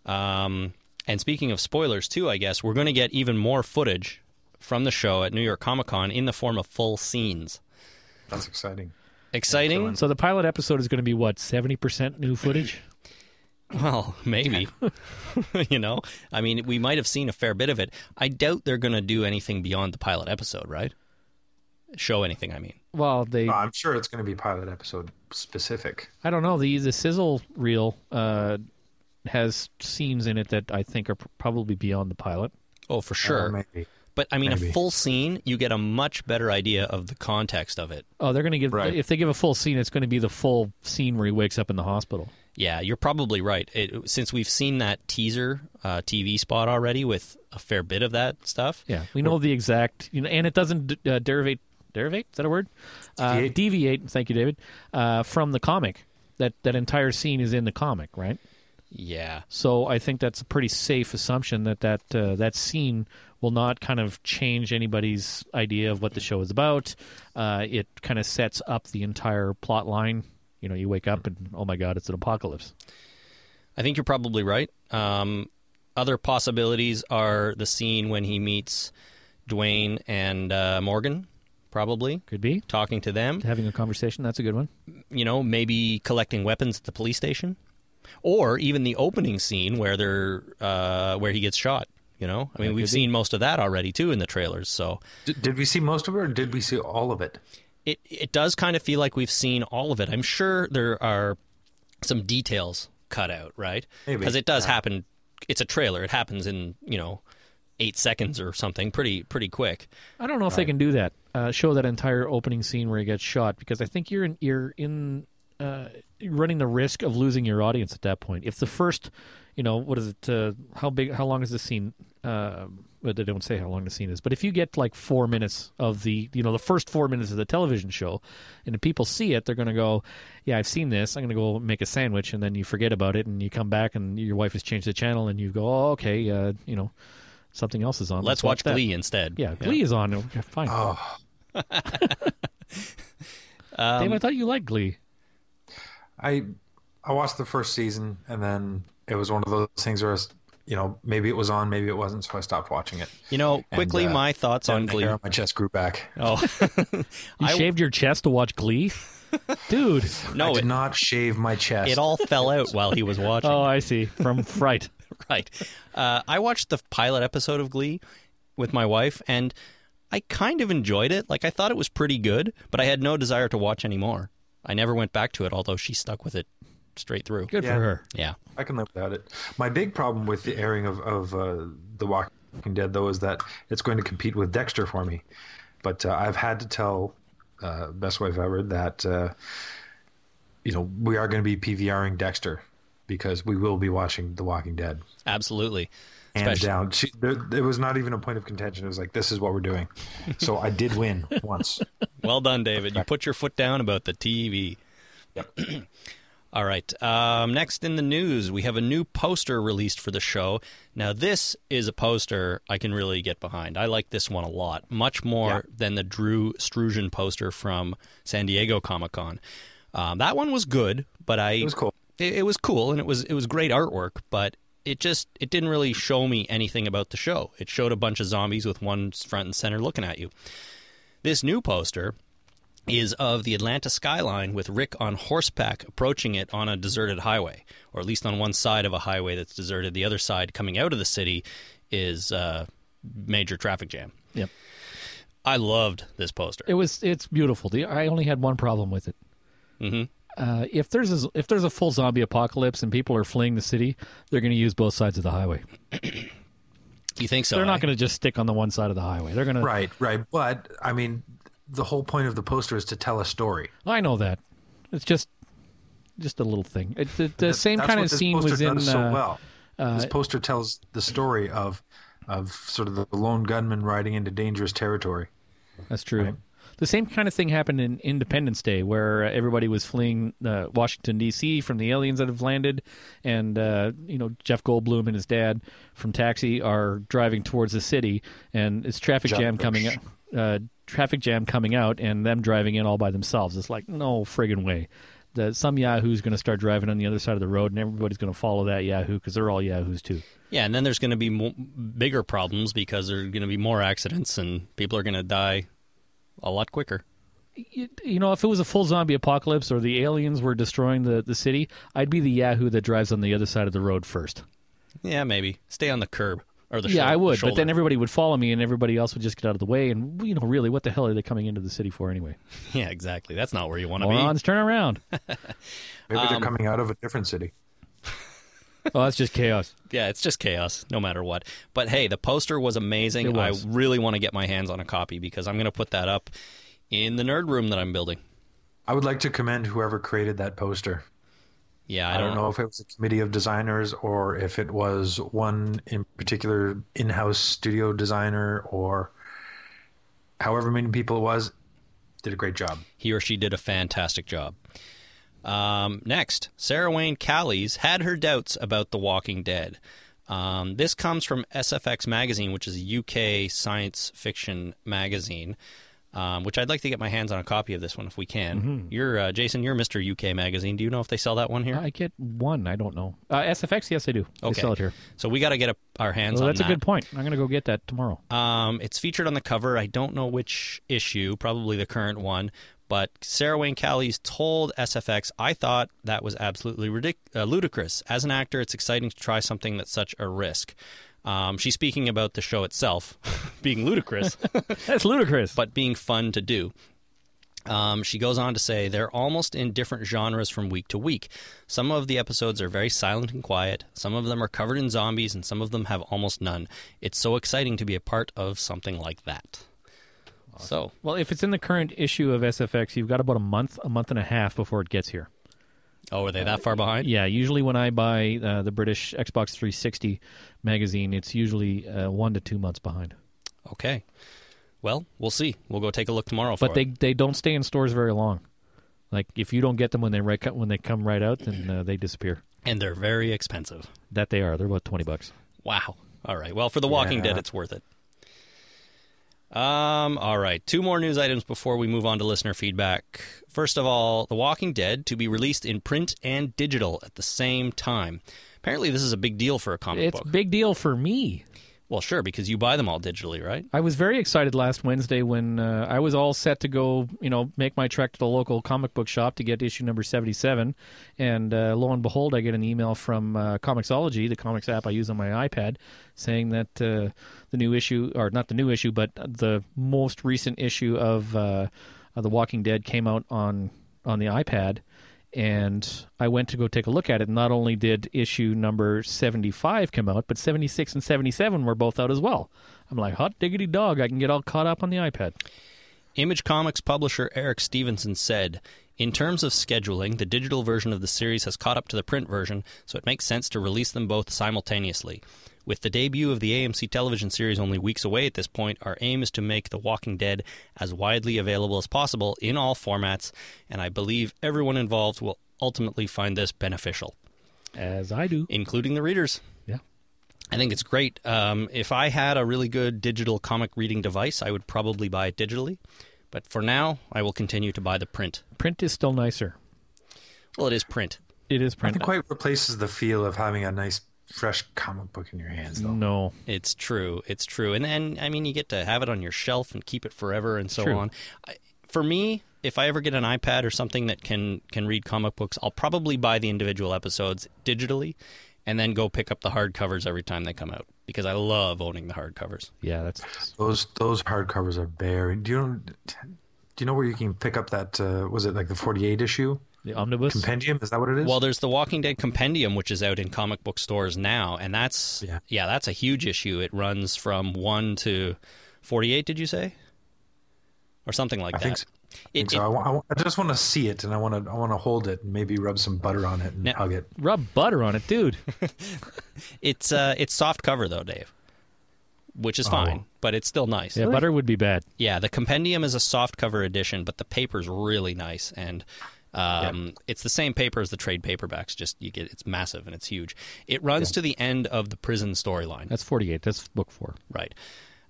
Um, and speaking of spoilers, too, I guess we're going to get even more footage from the show at New York Comic Con in the form of full scenes.
That's exciting.
Exciting?
So the pilot episode is going to be what seventy percent new footage.
Well, maybe. you know, I mean, we might have seen a fair bit of it. I doubt they're going to do anything beyond the pilot episode, right? Show anything, I mean.
well, they
No, I'm sure it's going to be pilot episode specific.
I don't know the the sizzle reel uh, has scenes in it that I think are pr- probably beyond the pilot.
Oh, for sure.
Or maybe.
But I mean,
Uh, Maybe.
a full scene, you get a much better idea of the context of it.
Oh, they're going to give
Right.
if they give a full scene, it's going to be the full scene where he wakes up in the hospital.
Yeah, you're probably right. It, since we've seen that teaser uh, TV spot already with a fair bit of that stuff.
Yeah, we know the exact, you know, and it doesn't d- uh, derivate. Derivate is that a word? Uh,
Deviate.
deviate. Thank you, David. Uh, from the comic, that that entire scene is in the comic, right?
Yeah.
So I think that's a pretty safe assumption that that uh, that scene will not kind of change anybody's idea of what the show is about. Uh, it kind of sets up the entire plot line. You know, you wake up and oh my god, it's an apocalypse.
I think you're probably right. Um, other possibilities are the scene when he meets Dwayne and uh, Morgan, probably
Could be
talking to them.
having a conversation. That's a good one.
you know, maybe collecting weapons at the police station, or even the opening scene where they're uh, where he gets shot. You know, I mean, we've seen most of that already too in the trailers. So
D- did we see most of it, or did we see all of it?
it it does kind of feel like we've seen all of it. I'm sure there are some details cut out, right?
Maybe,
Because it does happen. It's a trailer. It happens in you know eight seconds or something, pretty pretty quick.
I don't know if they can do that. Uh, show that entire opening scene where he gets shot because I think you're in, you're in uh, running the risk of losing your audience at that point. If the first, you know, what is it? Uh, how big? How long is the scene? Uh, but they don't say how long the scene is. But if you get like four minutes of the, you know, the first four minutes of the television show, and if people see it, they're going to go, "Yeah, I've seen this. I'm going to go make a sandwich," and then you forget about it, and you come back, and your wife has changed the channel, and you go, "Oh, okay, uh, you know, something else is on.
Let's watch
that."
Glee instead.
Yeah, Glee is on. Okay, Fine.
Oh,
Dave, I thought you liked Glee.
I I watched the first season and then it was one of those things where I was, you know maybe it was on, maybe it wasn't, so I stopped watching it.
You know, quickly,
uh,
my thoughts on
The
Glee.
hair on my chest grew back.
Oh,
You
I-
shaved your chest to watch Glee, dude.
I
no,
did
it,
not shave my chest.
it all fell out while he was watching.
Oh, I see. From fright.
right. Uh, I watched the pilot episode of Glee with my wife, and I kind of enjoyed it. Like I thought it was pretty good, but I had no desire to watch anymore. I never went back to it, although she stuck with it straight through.
Good
Yeah.
for her.
Yeah.
I can live without it. My big problem with the airing of of uh, The Walking Dead, though, is that it's going to compete with Dexter for me. But uh, I've had to tell uh, best wife ever that uh, you know we are going to be PVRing Dexter because we will be watching The Walking Dead.
Absolutely.
Hands
Especially-
down, she, there, there was not even a point of contention. It was like this is what we're doing. So I did win once.
Well done, David. You put your foot down about the TV. All right. Um, next in the news, we have a new poster released for the show. Now, this is a poster I can really get behind. I like this one a lot, much more than the Drew Struzan poster from San Diego Comic Con. Um, that one was good, but I
It was cool.
it, it was cool and it was it was great artwork, but it just it didn't really show me anything about the show. It showed a bunch of zombies with one front and center looking at you. This new poster is of the Atlanta skyline with Rick on horseback approaching it on a deserted highway, or at least on one side of a highway that's deserted. The other side coming out of the city is uh, major traffic jam.
Yep.
I loved this poster.
It was. It's beautiful. The, I only had one problem with it. Mm-hmm. Uh, if there's a, if there's a full zombie apocalypse and people are fleeing the city, they're going to use both sides of the highway.
you think so?
They're
eh?
not going to just stick on the one side of the highway. They're going to.
Right, right. But I mean, the whole point of the poster is to tell a story.
I know that. It's just just a little thing. It, the the same
That's
kind
what
of
this
scene
poster
was in.
does so
uh,
well. this poster tells the story of of sort of the lone gunman riding into dangerous territory.
That's true. The same kind of thing happened in Independence Day, where uh, everybody was fleeing uh, Washington D.C. from the aliens that have landed, and uh, you know Jeff Goldblum and his dad from Taxi are driving towards the city, and it's traffic
Jeb
jam
Bush.
coming out. Uh, traffic jam coming out, and them driving in all by themselves. It's like no friggin' way. That some Yahoo's going to start driving on the other side of the road, and everybody's going to follow that Yahoo because they're all Yahoos too.
Yeah, and then there's going to be mo- bigger problems because there are going to be more accidents and people are going to die a lot quicker.
you, you know, if it was a full zombie apocalypse or the aliens were destroying the, the city, I'd be the Yahoo that drives on the other side of the road first.
Yeah, maybe stay on the curb or the
yeah,
shou-
I would,
shoulder.
but then everybody would follow me and everybody else would just get out of the way. And, you know, really, what the hell are they coming into the city for anyway?
yeah, exactly. That's not where you want to be.
Morons, turn around.
Maybe they're coming out of a different city.
oh, that's just chaos.
Yeah, it's just chaos, no matter what. But hey, the poster was amazing.
It was.
I really want to get my hands on a copy because I'm going to put that up in the nerd room that I'm building.
I would like to commend whoever created that poster.
Yeah,
I don't know if it was a committee of designers or if it was one in particular in-house studio designer or however many people it was did a great job.
He or she did a fantastic job. Um, next, Sarah Wayne Callies had her doubts about The Walking Dead. Um, this comes from SFX Magazine, which is a UK science fiction magazine, um, which I'd like to get my hands on a copy of this one if we can.
Mm-hmm.
You're uh, Jason. You're Mr. UK Magazine. Do you know if they sell that one here?
I get one. I don't know. Uh, SFX, yes, I do. They
Okay.
sell it here.
So we got to get a, our hands
Well,
on
that's
that.
a good point. I'm going to go get that tomorrow.
Um, it's featured on the cover. I don't know which issue, probably the current one. But Sarah Wayne Callies told SFX, "I thought that was absolutely ridic- uh, ludicrous. As an actor, it's exciting to try something that's such a risk." Um, she's speaking about the show itself being ludicrous,
That's ludicrous.
but being fun to do. Um, she goes on to say they're almost in different genres from week to week. Some of the episodes are very silent and quiet. Some of them are covered in zombies, and some of them have almost none. It's so exciting to be a part of something like that. So
well, if it's in the current issue of SFX, you've got about a month, a month and a half before it gets here.
Oh, are they that far behind?
Yeah, usually when I buy uh, the British Xbox 360 magazine, it's usually uh, one to two months behind.
Okay. Well, we'll see. We'll go take a look tomorrow.
But
for
they
it.
they don't stay in stores very long. Like if you don't get them when they right, when they come right out, then uh, they disappear.
and they're very expensive.
That they are. They're about twenty bucks.
Wow. All right. Well, for The Walking
Yeah.
Dead, it's worth it. Um, all right. Two more news items before we move on to listener feedback. First of all, The Walking Dead to be released in print and digital at the same time. Apparently, this is a big deal for a comic
It's
book.
big deal for me.
Well, sure, because you buy them all digitally, right?
I was very excited last Wednesday when uh, I was all set to go, you know, make my trek to the local comic book shop to get issue number 77. And uh, lo and behold, I get an email from uh, Comixology, the comics app I use on my iPad, saying that uh, the new issue, or not the new issue, but the most recent issue of, uh, of The Walking Dead came out on, on the iPad. And I went to go take a look at it. Not only did issue number 75 come out, but 76 and 77 were both out as well. I'm like, hot diggity dog, I can get all caught up on the iPad.
Image Comics publisher Eric Stevenson said, In terms of scheduling, the digital version of the series has caught up to the print version, so it makes sense to release them both simultaneously. With the debut of the AMC television series only weeks away at this point, our aim is to make The Walking Dead as widely available as possible in all formats, and I believe everyone involved will ultimately find this beneficial,
As I do.
including the readers.
Yeah.
I think it's great. Um, if I had a really good digital comic reading device, I would probably buy it digitally. But for now, I will continue to buy the print.
Print is still nicer.
Well, it is print.
It is print.
Nothing quite replaces the feel of having a nice, fresh comic book in your hands, though.
No.
It's true. It's true. And then, I mean, you get to have it on your shelf and keep it forever and so
True.
on. I, for me, if I ever get an iPad or something that can can read comic books, I'll probably buy the individual episodes digitally, and then go pick up the hardcovers every time they come out because I love owning the hardcovers.
Yeah, that's
Those those hardcovers are very. Do you know? Do you know where you can pick up that? Uh, was it like the forty-eight issue
the omnibus.
compendium? Is that what it is?
Well, there's the Walking Dead Compendium, which is out in comic book stores now, and that's yeah,
Yeah.
that's a huge issue. It runs from one to forty-eight. Did you say, or something like
I
that?
think so. I,
It-
think so.
it-
I, wa- I wa- I just want to see it, and I want to. I want to hold it, and maybe rub some butter on it and
Now-
hug it.
Rub butter on it, dude.
It's uh, it's soft cover though, Dave, which
Oh.
is fine, but it's still nice.
Yeah, butter would be bad.
Yeah, the compendium is a soft cover edition, but the paper's really nice, and um, it's the same paper as the trade paperbacks. Just you get it's massive and it's huge. It runs to the end of the prison storyline.
That's 48. That's book four.
Right.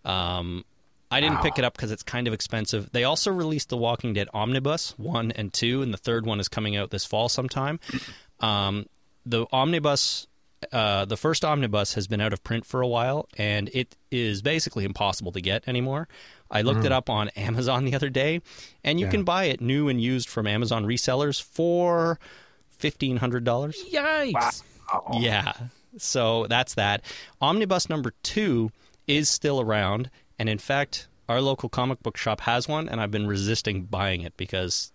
Um, I didn't pick it up because it's kind of expensive. They also released The Walking Dead Omnibus 1 and 2, and the third one is coming out this fall sometime. Um, the Omnibus, uh, the first Omnibus has been out of print for a while, and it is basically impossible to get anymore. I looked it up on Amazon the other day, and you can buy it new and used from Amazon resellers for $1,500.
Yikes.
Yeah. So that's that. Omnibus number two is still around. And in fact, our local comic book shop has one, and I've been resisting buying it because,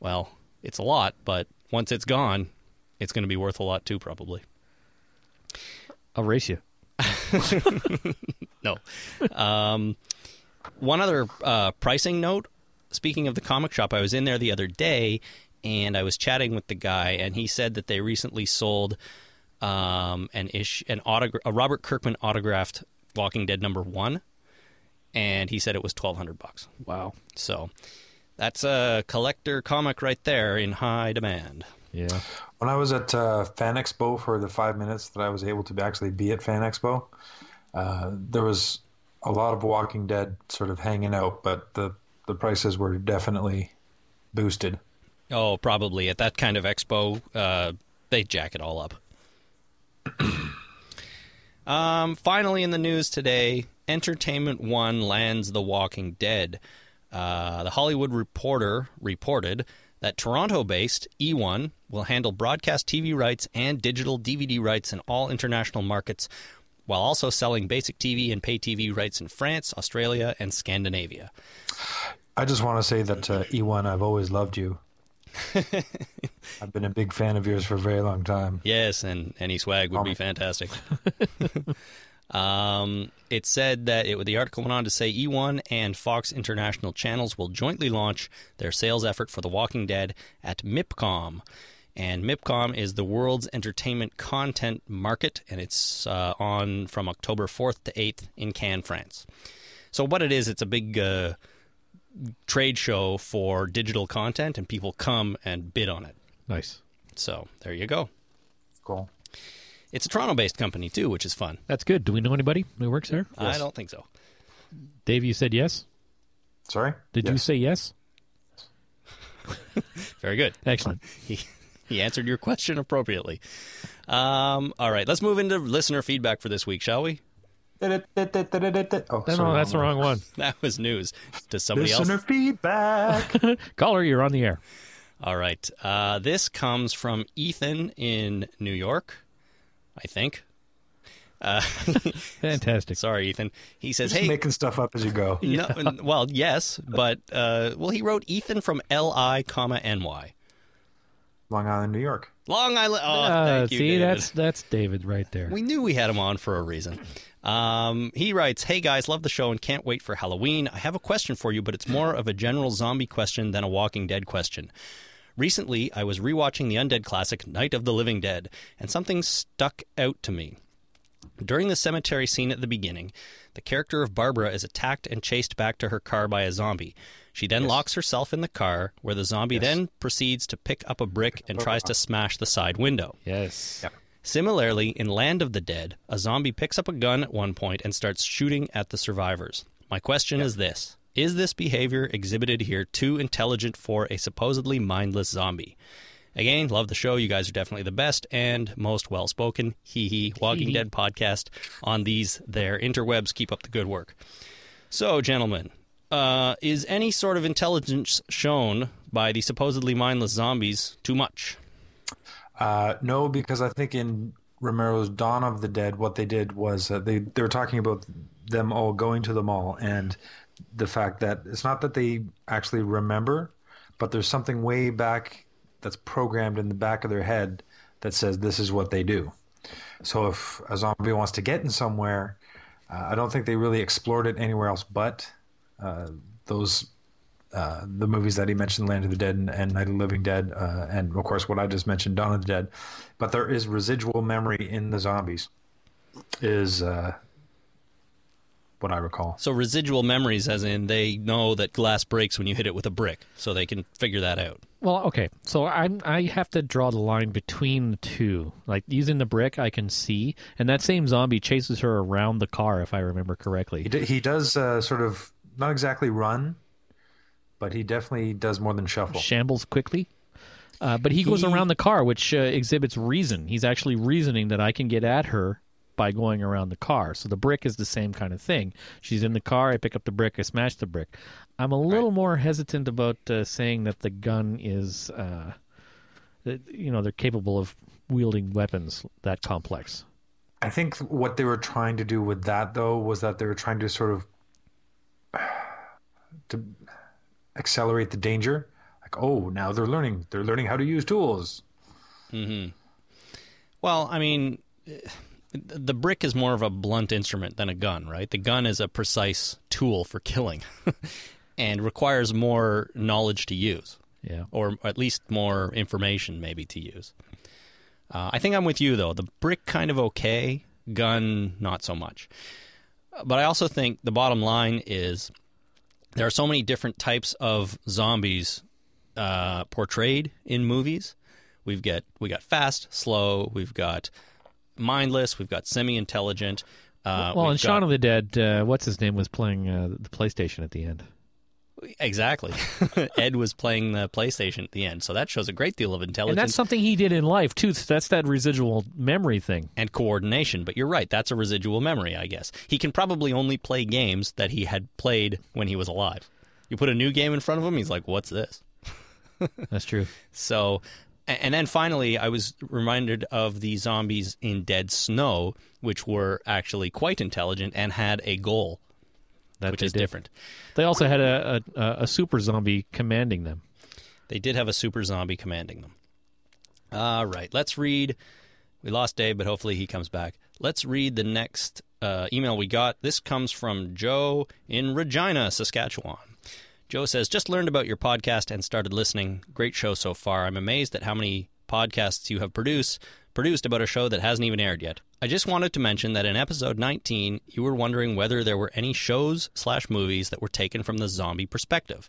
well, it's a lot, but once it's gone, it's going to be worth a lot too, probably.
I'll race you.
No. um, one other uh, pricing note. Speaking of the comic shop, I was in there the other day and I was chatting with the guy, and he said that they recently sold um, an ish an autogra- a Robert Kirkman autographed Walking Dead number one, and he said it was twelve hundred bucks.
Wow.
So that's a collector comic right there in high demand.
Yeah.
When I was at uh, Fan Expo for the five minutes that I was able to actually be at Fan Expo, uh, there was a lot of Walking Dead sort of hanging out, but the the prices were definitely boosted.
Oh, probably at that kind of expo, uh, they jack it all up. um, finally, in the news today, Entertainment One lands The Walking Dead. Uh, the Hollywood Reporter reported that Toronto-based E1 will handle broadcast TV rights and digital DVD rights in all international markets, while also selling basic TV and pay TV rights in France, Australia, and Scandinavia.
I just want to say that uh, E1, I've always loved you. I've been a big fan of yours for a very long time.
Yes, and any swag would be fantastic. um, it said that it the article went on to say E1 and Fox International channels will jointly launch their sales effort for The Walking Dead at MIPCOM. And MIPCOM is the world's entertainment content market, and it's uh, on from October 4th to 8th in Cannes, France. So, what it is, it's a big uh, trade show for digital content, and people come and bid on it.
Nice.
So, there you go.
Cool.
It's a Toronto-based company too, which is fun.
That's good. Do we know anybody who works there?
I don't think so.
Dave, you said yes?
Sorry?
Did you
Yes.
say yes?
Very good.
Excellent.
He answered your question appropriately. Um, all right, let's move into listener feedback for this week, shall we?
Oh,
No,
sorry,
that's the wrong one.
That was news. Does somebody else?
Listener feedback.
Caller, you're on the air.
All right. Uh, this comes from Ethan in New York, I think.
Fantastic.
Sorry, Ethan. He says,
Just
"Hey,
making stuff up as you go.
no, n- well, yes, but uh, well, he wrote Ethan from Li, comma Ny,
Long Island, New York.
Long Island. Oh,
Uh,
thank you.
see,
David.
that's that's David right there.
We knew we had him on for a reason. Um, he writes, Hey guys, love the show and can't wait for Halloween. I have a question for you, but it's more of a general zombie question than a Walking Dead question. Recently, I was rewatching the Undead classic Night of the Living Dead, and something stuck out to me. During the cemetery scene at the beginning, the character of Barbara is attacked and chased back to her car by a zombie. She then locks herself in the car, where the zombie then proceeds to pick up a brick and tries to smash the side window.
yes.
Similarly, in Land of the Dead, a zombie picks up a gun at one point and starts shooting at the survivors. My question is this Is this behavior exhibited here too intelligent for a supposedly mindless zombie? Again, love the show. You guys are definitely the best and most well spoken. Hee hee. Walking Dead podcast on these their interwebs. Keep up the good work. So, gentlemen, uh, is any sort of intelligence shown by the supposedly mindless zombies too much?
Uh, no, because I think in Romero's Dawn of the Dead, what they did was uh, they they were talking about them all going to the mall and the fact that it's not that they actually remember, but there's something way back that's programmed in the back of their head that says this is what they do. So if a zombie wants to get in somewhere, uh, I don't think they really explored it anywhere else but uh, those the movies that he mentioned, Land of the Dead and, and Night of the Living Dead, uh, and of course what I just mentioned, Dawn of the Dead. But there is residual memory in the zombies, is uh, what I recall.
So residual memories, as in they know that glass breaks when you hit it with a brick, so they can figure that out.
Well, okay. So I'm I have to draw the line between the two. Like using the brick, I can see, and that same zombie chases her around the car, if I remember correctly.
He, d- he does uh, sort of not exactly run, but he definitely does more than shuffle.
Shambles quickly. Uh, but he goes
He-
around the car, which uh, exhibits reason. He's actually reasoning that I can get at her by going around the car. So the brick is the same kind of thing. She's in the car. I pick up the brick. I smash the brick. I'm a little more hesitant about uh, saying that the gun is, uh, that, you know, they're capable of wielding weapons that complex.
I think what they were trying to do with that though was that they were trying to sort of to accelerate the danger. Like, oh, now they're learning. They're learning how to use tools.
Well, I mean, eh, the brick is more of a blunt instrument than a gun, right? The gun is a precise tool for killing, and requires more knowledge to use,
Yeah.
or at least more information, maybe to use. Uh, I think I'm with you though. The brick kind of okay, gun not so much. But I also think the bottom line is there are so many different types of zombies uh, portrayed in movies. We've got we got fast, slow. We've got mindless. We've got semi-intelligent. Uh,
well,
we've
in Shaun
got-
of the Dead, uh, what's his name was playing uh, the PlayStation at the end.
exactly. Ed was playing the PlayStation at the end, so that shows a great deal of
And
intelligence
that's something he did in life too. So that's that residual memory thing.
and coordination. But you're right, that's a residual memory, I guess. He can probably only play games that he had played when he was alive. You put a new game in front of him, he's like, "What's this?"
That's true.
So, a- and then finally, I was reminded of the zombies in Dead Snow, which were actually quite intelligent and had a goal,
That
which
they
is
did.
different.
They also had a, a- a a super zombie commanding them.
They did have a super zombie commanding them. All right, let's read. We lost Dave, but hopefully he comes back. Let's read the next uh, email we got. This comes from Joe in Regina, Saskatchewan. Joe says, Just learned about your podcast and started listening. Great show so far. I'm amazed at how many podcasts you have produced produced about a show that hasn't even aired yet. I just wanted to mention that in episode 19, you were wondering whether there were any shows slash movies that were taken from the zombie perspective.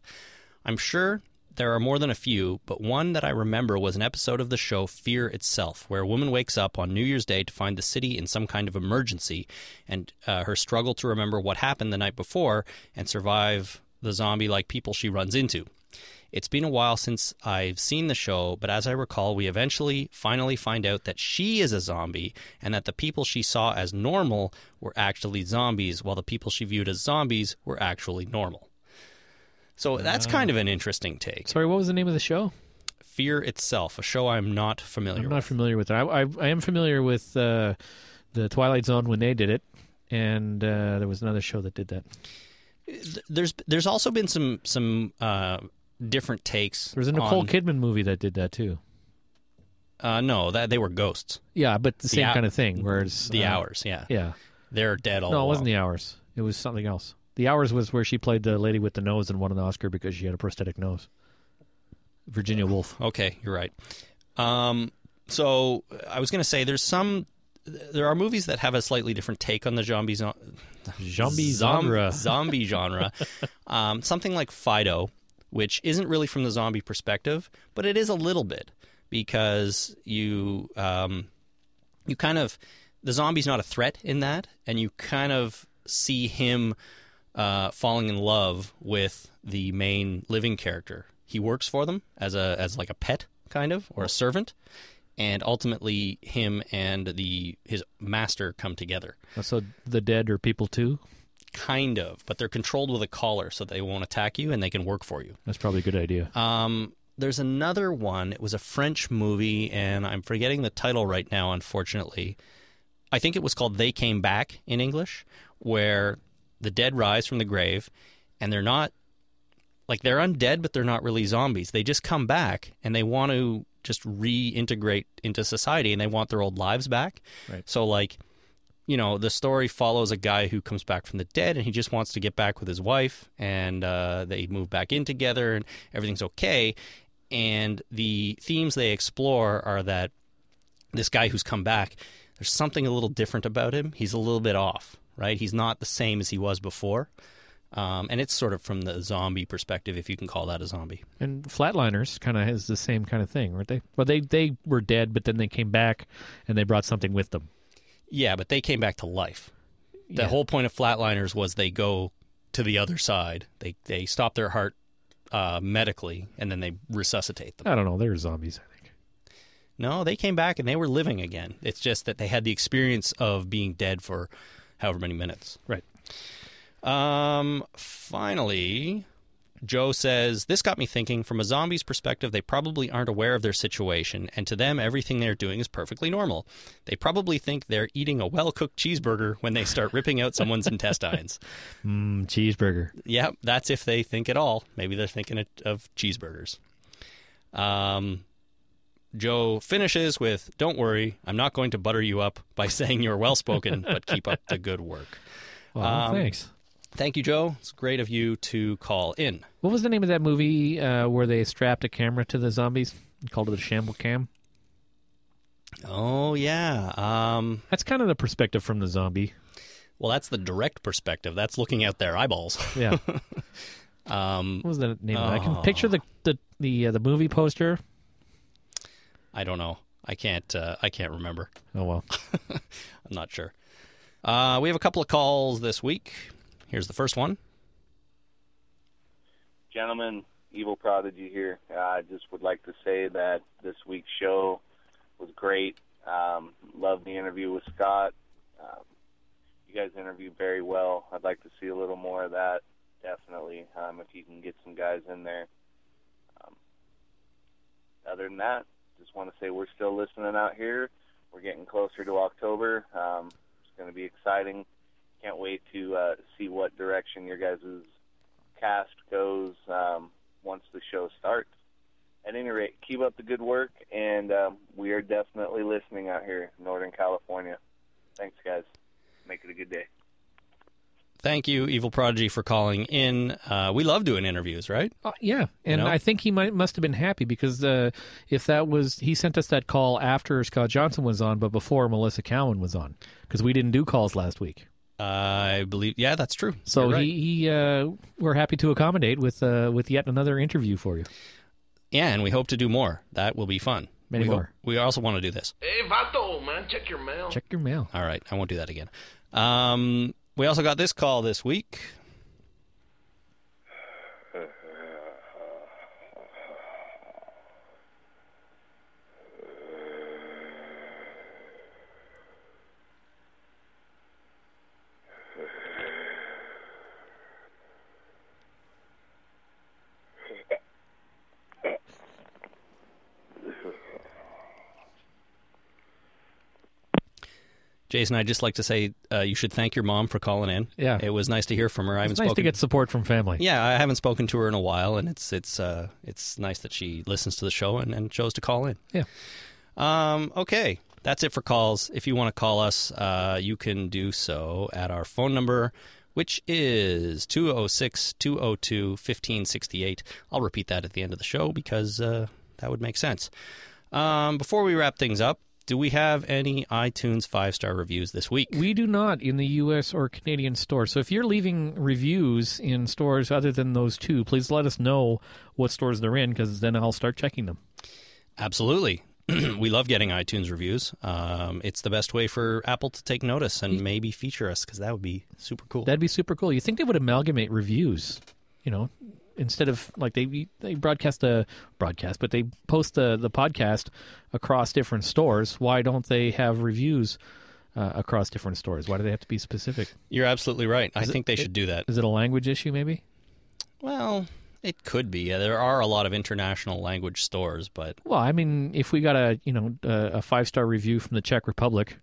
I'm sure There are more than a few, but one that I remember was an episode of the show Fear Itself, where a woman wakes up on New Year's Day to find the city in some kind of emergency and uh, her struggle to remember what happened the night before and survive the zombie like people she runs into. It's been a while since I've seen the show, but as I recall, we eventually finally find out that she is a zombie and that the people she saw as normal were actually zombies, while the people she viewed as zombies were actually normal. So that's
Ah.
kind of an interesting take.
Sorry, what was the name of the show?
Fear itself, a show I'm not familiar
I'm
with.
not familiar with it. I, I, I am familiar with uh, the Twilight Zone when they did it, and uh, there was another show that did that.
Th- There's there's also been some some uh, different takes.
There was a Nicole
on-
Kidman movie that did that too.
Uh, no, that they were ghosts.
Yeah, but the same
hou-
kind of thing. Whereas
The
uh,
hours, yeah.
Yeah.
they're dead all.
No, it
along.
wasn't the hours. It was something else. The hours was where she played the lady with the nose and won an Oscar because she had a prosthetic nose. Virginia Woolf.
Okay, you're right. Um, so I was going to say there's some there are movies that have a slightly different take on the zombie zo-
Zombie
zom-
genre.
zombie genre. Um, something like Fido, which isn't really from the zombie perspective, but it is a little bit because you um, you kind of the zombie's not a threat in that, and you kind of see him uh, falling in love with the main living character. He works for them as a as like a pet kind of or a servant, and ultimately him and the his master come together,
So the dead are people too.
kind of. But they're controlled with a collar, so they won't attack you and they can work for you.
That's probably a good idea.
Um, there's another one. It was a French movie, and I'm forgetting the title right now, unfortunately. I think it was called They Came Back in English, where the dead rise from the grave, and they're not like they're undead, but they're not really zombies. They just come back and they want to just reintegrate into society and they want their old lives back.
Right.
So, like, you know, the story follows a guy who comes back from the dead and he just wants to get back with his wife and uh, they move back in together and everything's okay. And the themes they explore are that this guy who's come back, there's something a little different about him. He's a little bit off, right? He's not the same as he was before. Um, and it's sort of from the zombie perspective, if you can call that a zombie.
And flatliners kind of is the same kind of thing, weren't they? Well, they they were dead, but then they came back and they brought something with them.
Yeah, but they came back to life. The
Yeah.
whole point of flatliners was they go to the other side. They they stop their heart uh, medically, and then they resuscitate them.
I don't know. They were zombies, I think.
No, they came back and they were living again. It's just that they had the experience of being dead for however many minutes.
Right.
Um, finally, Joe says, This got me thinking. From a zombie's perspective, they probably aren't aware of their situation, and to them, everything they're doing is perfectly normal. They probably think they're eating a well cooked cheeseburger when they start ripping out someone's intestines.
Mm, cheeseburger.
Yeah, that's if they think at all. Maybe they're thinking it- of cheeseburgers. Um, Joe finishes with, Don't worry, I'm not going to butter you up by saying you're well spoken, but keep up the good work.
Well,
Um,
thanks.
Thank you, Joe. It's great of you to call in.
What was the name of that movie uh, where they strapped a camera to the zombies? Called it the Shamble Cam.
Oh yeah. Um,
That's kind of the perspective from the zombie.
well, that's the direct perspective. That's looking out their eyeballs.
Yeah.
Um,
What was the name of that? I can
Oh.
picture the the the, uh, the movie poster.
I don't know. I can't. Uh, I can't remember.
Oh well.
I'm not sure. Uh, we have a couple of calls this week. Here's the first one.
gentlemen, Evil Prodigy here. Uh, I just would like to say that this week's show was great. Um, loved the interview with Scott. Um, you guys interviewed very well. I'd like to see a little more of that, definitely, um, if you can get some guys in there. Um, other than that, just want to say we're still listening out here. We're getting closer to October. Um, it's going to be exciting. Can't wait to uh, see what direction your guys' cast goes um, once the show starts. At any rate, keep up the good work, and um, we are definitely listening out here in Northern California. Thanks, guys. Make it a good day.
Thank you, Evil Prodigy, for calling in. Uh, we love doing interviews, right?
Uh, yeah, and
know?
I think he might must have been happy because uh, if that was he sent us that call after Scott Johnson was on, but before Melissa Cowan was on, because we didn't do calls last week.
I believe. Yeah, that's true.
So
You're right.
he, he uh, we're happy to accommodate with uh, with yet another interview for you.
and we hope to do more. That will be fun.
Many
we hope-
more.
we also want to do this.
Hey, vato, man, check your mail.
Check your mail.
All right, I won't do that again. Um, we also got this call this week. Jason, I'd just like to say uh, you should thank your mom for calling in.
Yeah.
it was nice to hear from her. I haven't
It's nice to
spoken.
get support from family.
yeah, I haven't spoken to her in a while, and it's it's uh, it's nice that she listens to the show and, and chose to call in.
Yeah.
Um, okay, that's it for calls. If you want to call us, uh, you can do so at our phone number, which is 206 202 1568. I'll repeat that at the end of the show because uh, that would make sense. Um, before we wrap things up, do we have any iTunes five star reviews this week?
We do not in the U.S. or Canadian store. So if you're leaving reviews in stores other than those two, please let us know what stores they're in because then I'll start checking them.
Absolutely. we love getting iTunes reviews. Um, it's the best way for Apple to take notice and maybe feature us because that would be super cool.
That'd be super cool. You think they would amalgamate reviews, you know, instead of like they they broadcast the broadcast, but they post the the podcast across different stores. Why don't they have reviews uh, across different stores? Why do they have to be specific?
You're absolutely right. I think they
it-
should do that.
Is it a language issue? Maybe.
Well, it could be. Yeah, there are a lot of international language stores, but
Well, I mean, if we got a you know a, a five star review from the Czech Republic,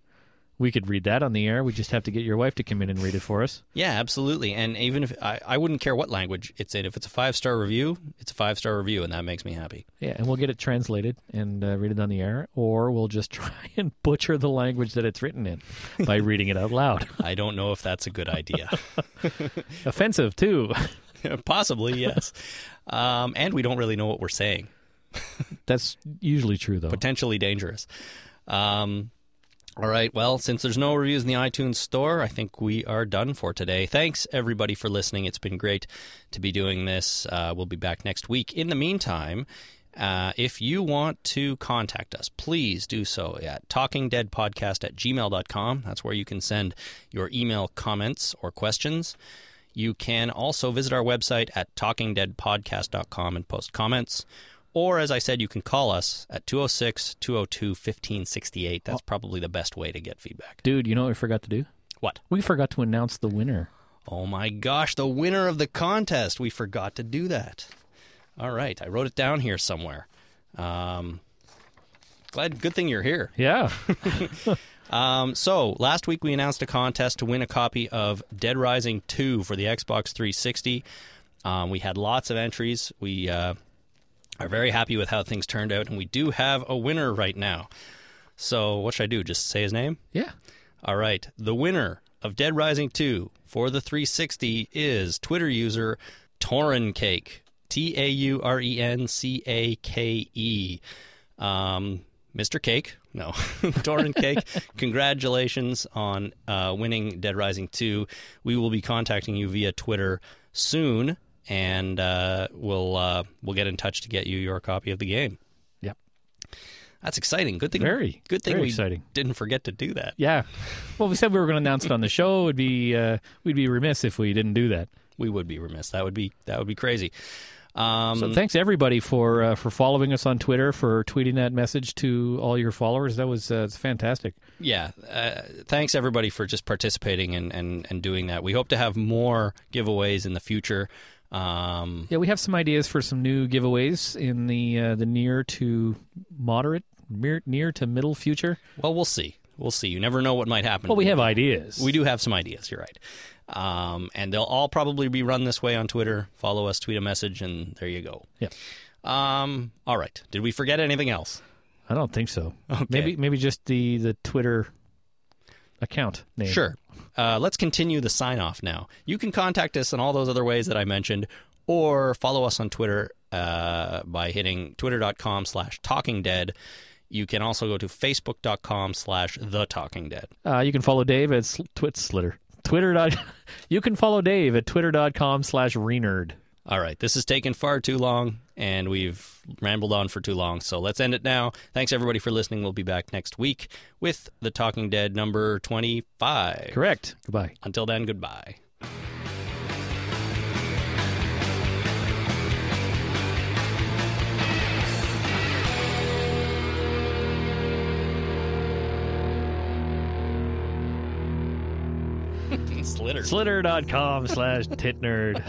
we could read that on the air. We just have to get your wife to come in and read it for us.
yeah, absolutely. And even if I, I wouldn't care what language it's in, if it's a five star review, it's a five star review, and that makes me happy.
Yeah, and we'll get it translated and uh, read it on the air, or we'll just try and butcher the language that it's written in by reading it out loud.
I don't know if that's a good idea.
Offensive too.
Possibly, yes. Um, and we don't really know what we're saying.
That's usually true though.
potentially dangerous. Um, all right. Well, since there's no reviews in the iTunes store, I think we are done for today. Thanks, everybody, for listening. It's been great to be doing this. Uh, we'll be back next week. In the meantime, uh, if you want to contact us, please do so at talkingdeadpodcast at gmail.com. That's where you can send your email comments or questions. You can also visit our website at talkingdeadpodcast.com and post comments. Or, as I said, you can call us at 206 202 1568. That's probably the best way to get feedback.
Dude, you know what we forgot to do?
What?
We forgot to announce the winner.
Oh my gosh, the winner of the contest. We forgot to do that. All right, I wrote it down here somewhere. Um, glad, good thing you're here.
Yeah.
Um, so last week we announced a contest to win a copy of Dead Rising 2 for the Xbox 360. Um, we had lots of entries. We uh, are very happy with how things turned out, and we do have a winner right now. So what should I do? Just say his name?
yeah.
All right. The winner of Dead Rising 2 for the 360 is Twitter user Torren Cake. T A U R E N C A K E. Um, Mr. Cake, no, Torrent Cake, congratulations on uh, winning Dead Rising 2. We will be contacting you via Twitter soon, and uh, we'll uh, we'll get in touch to get you your copy of the game.
Yep.
That's exciting. Good thing.
Very,
good thing
very
we
exciting.
didn't forget to do that.
Yeah. Well, we said we were going to announce it on the show. It'd be uh, we'd be remiss if we didn't do that.
we would be remiss. That would be that would be crazy. Um,
So thanks everybody for uh, for following us on Twitter, for tweeting that message to all your followers. That was uh, it's fantastic.
yeah, uh, thanks everybody for just participating and, and and doing that. We hope to have more giveaways in the future. Um,
Yeah, we have some ideas for some new giveaways in the uh, the near to moderate, near, near to middle future.
well, we'll see. We'll see. You never know what might happen.
Well, we have ideas.
we do have some ideas. You're right. Um, and they'll all probably be run this way on Twitter. Follow us, tweet a message, and there you go.
Yeah.
Um, all right. Did we forget anything else?
I don't think so. Maybe maybe just the the Twitter account name.
Sure. Uh, let's continue the sign off now. You can contact us in all those other ways that I mentioned, or follow us on Twitter uh, by hitting twitter.com slash talking dead. You can also go to facebook.com slash the talking dead.
Uh, you can follow Dave at sl- twit slitter. Twitter dot. you can follow Dave at twitter.com slash renerd.
All right, this has taken far too long, and we've rambled on for too long, so let's end it now. Thanks everybody for listening. We'll be back next week with The Talking Dead number 25.
Correct. Goodbye.
Until then, goodbye. Slitter.
Slitter.com slash titnerd.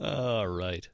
All right.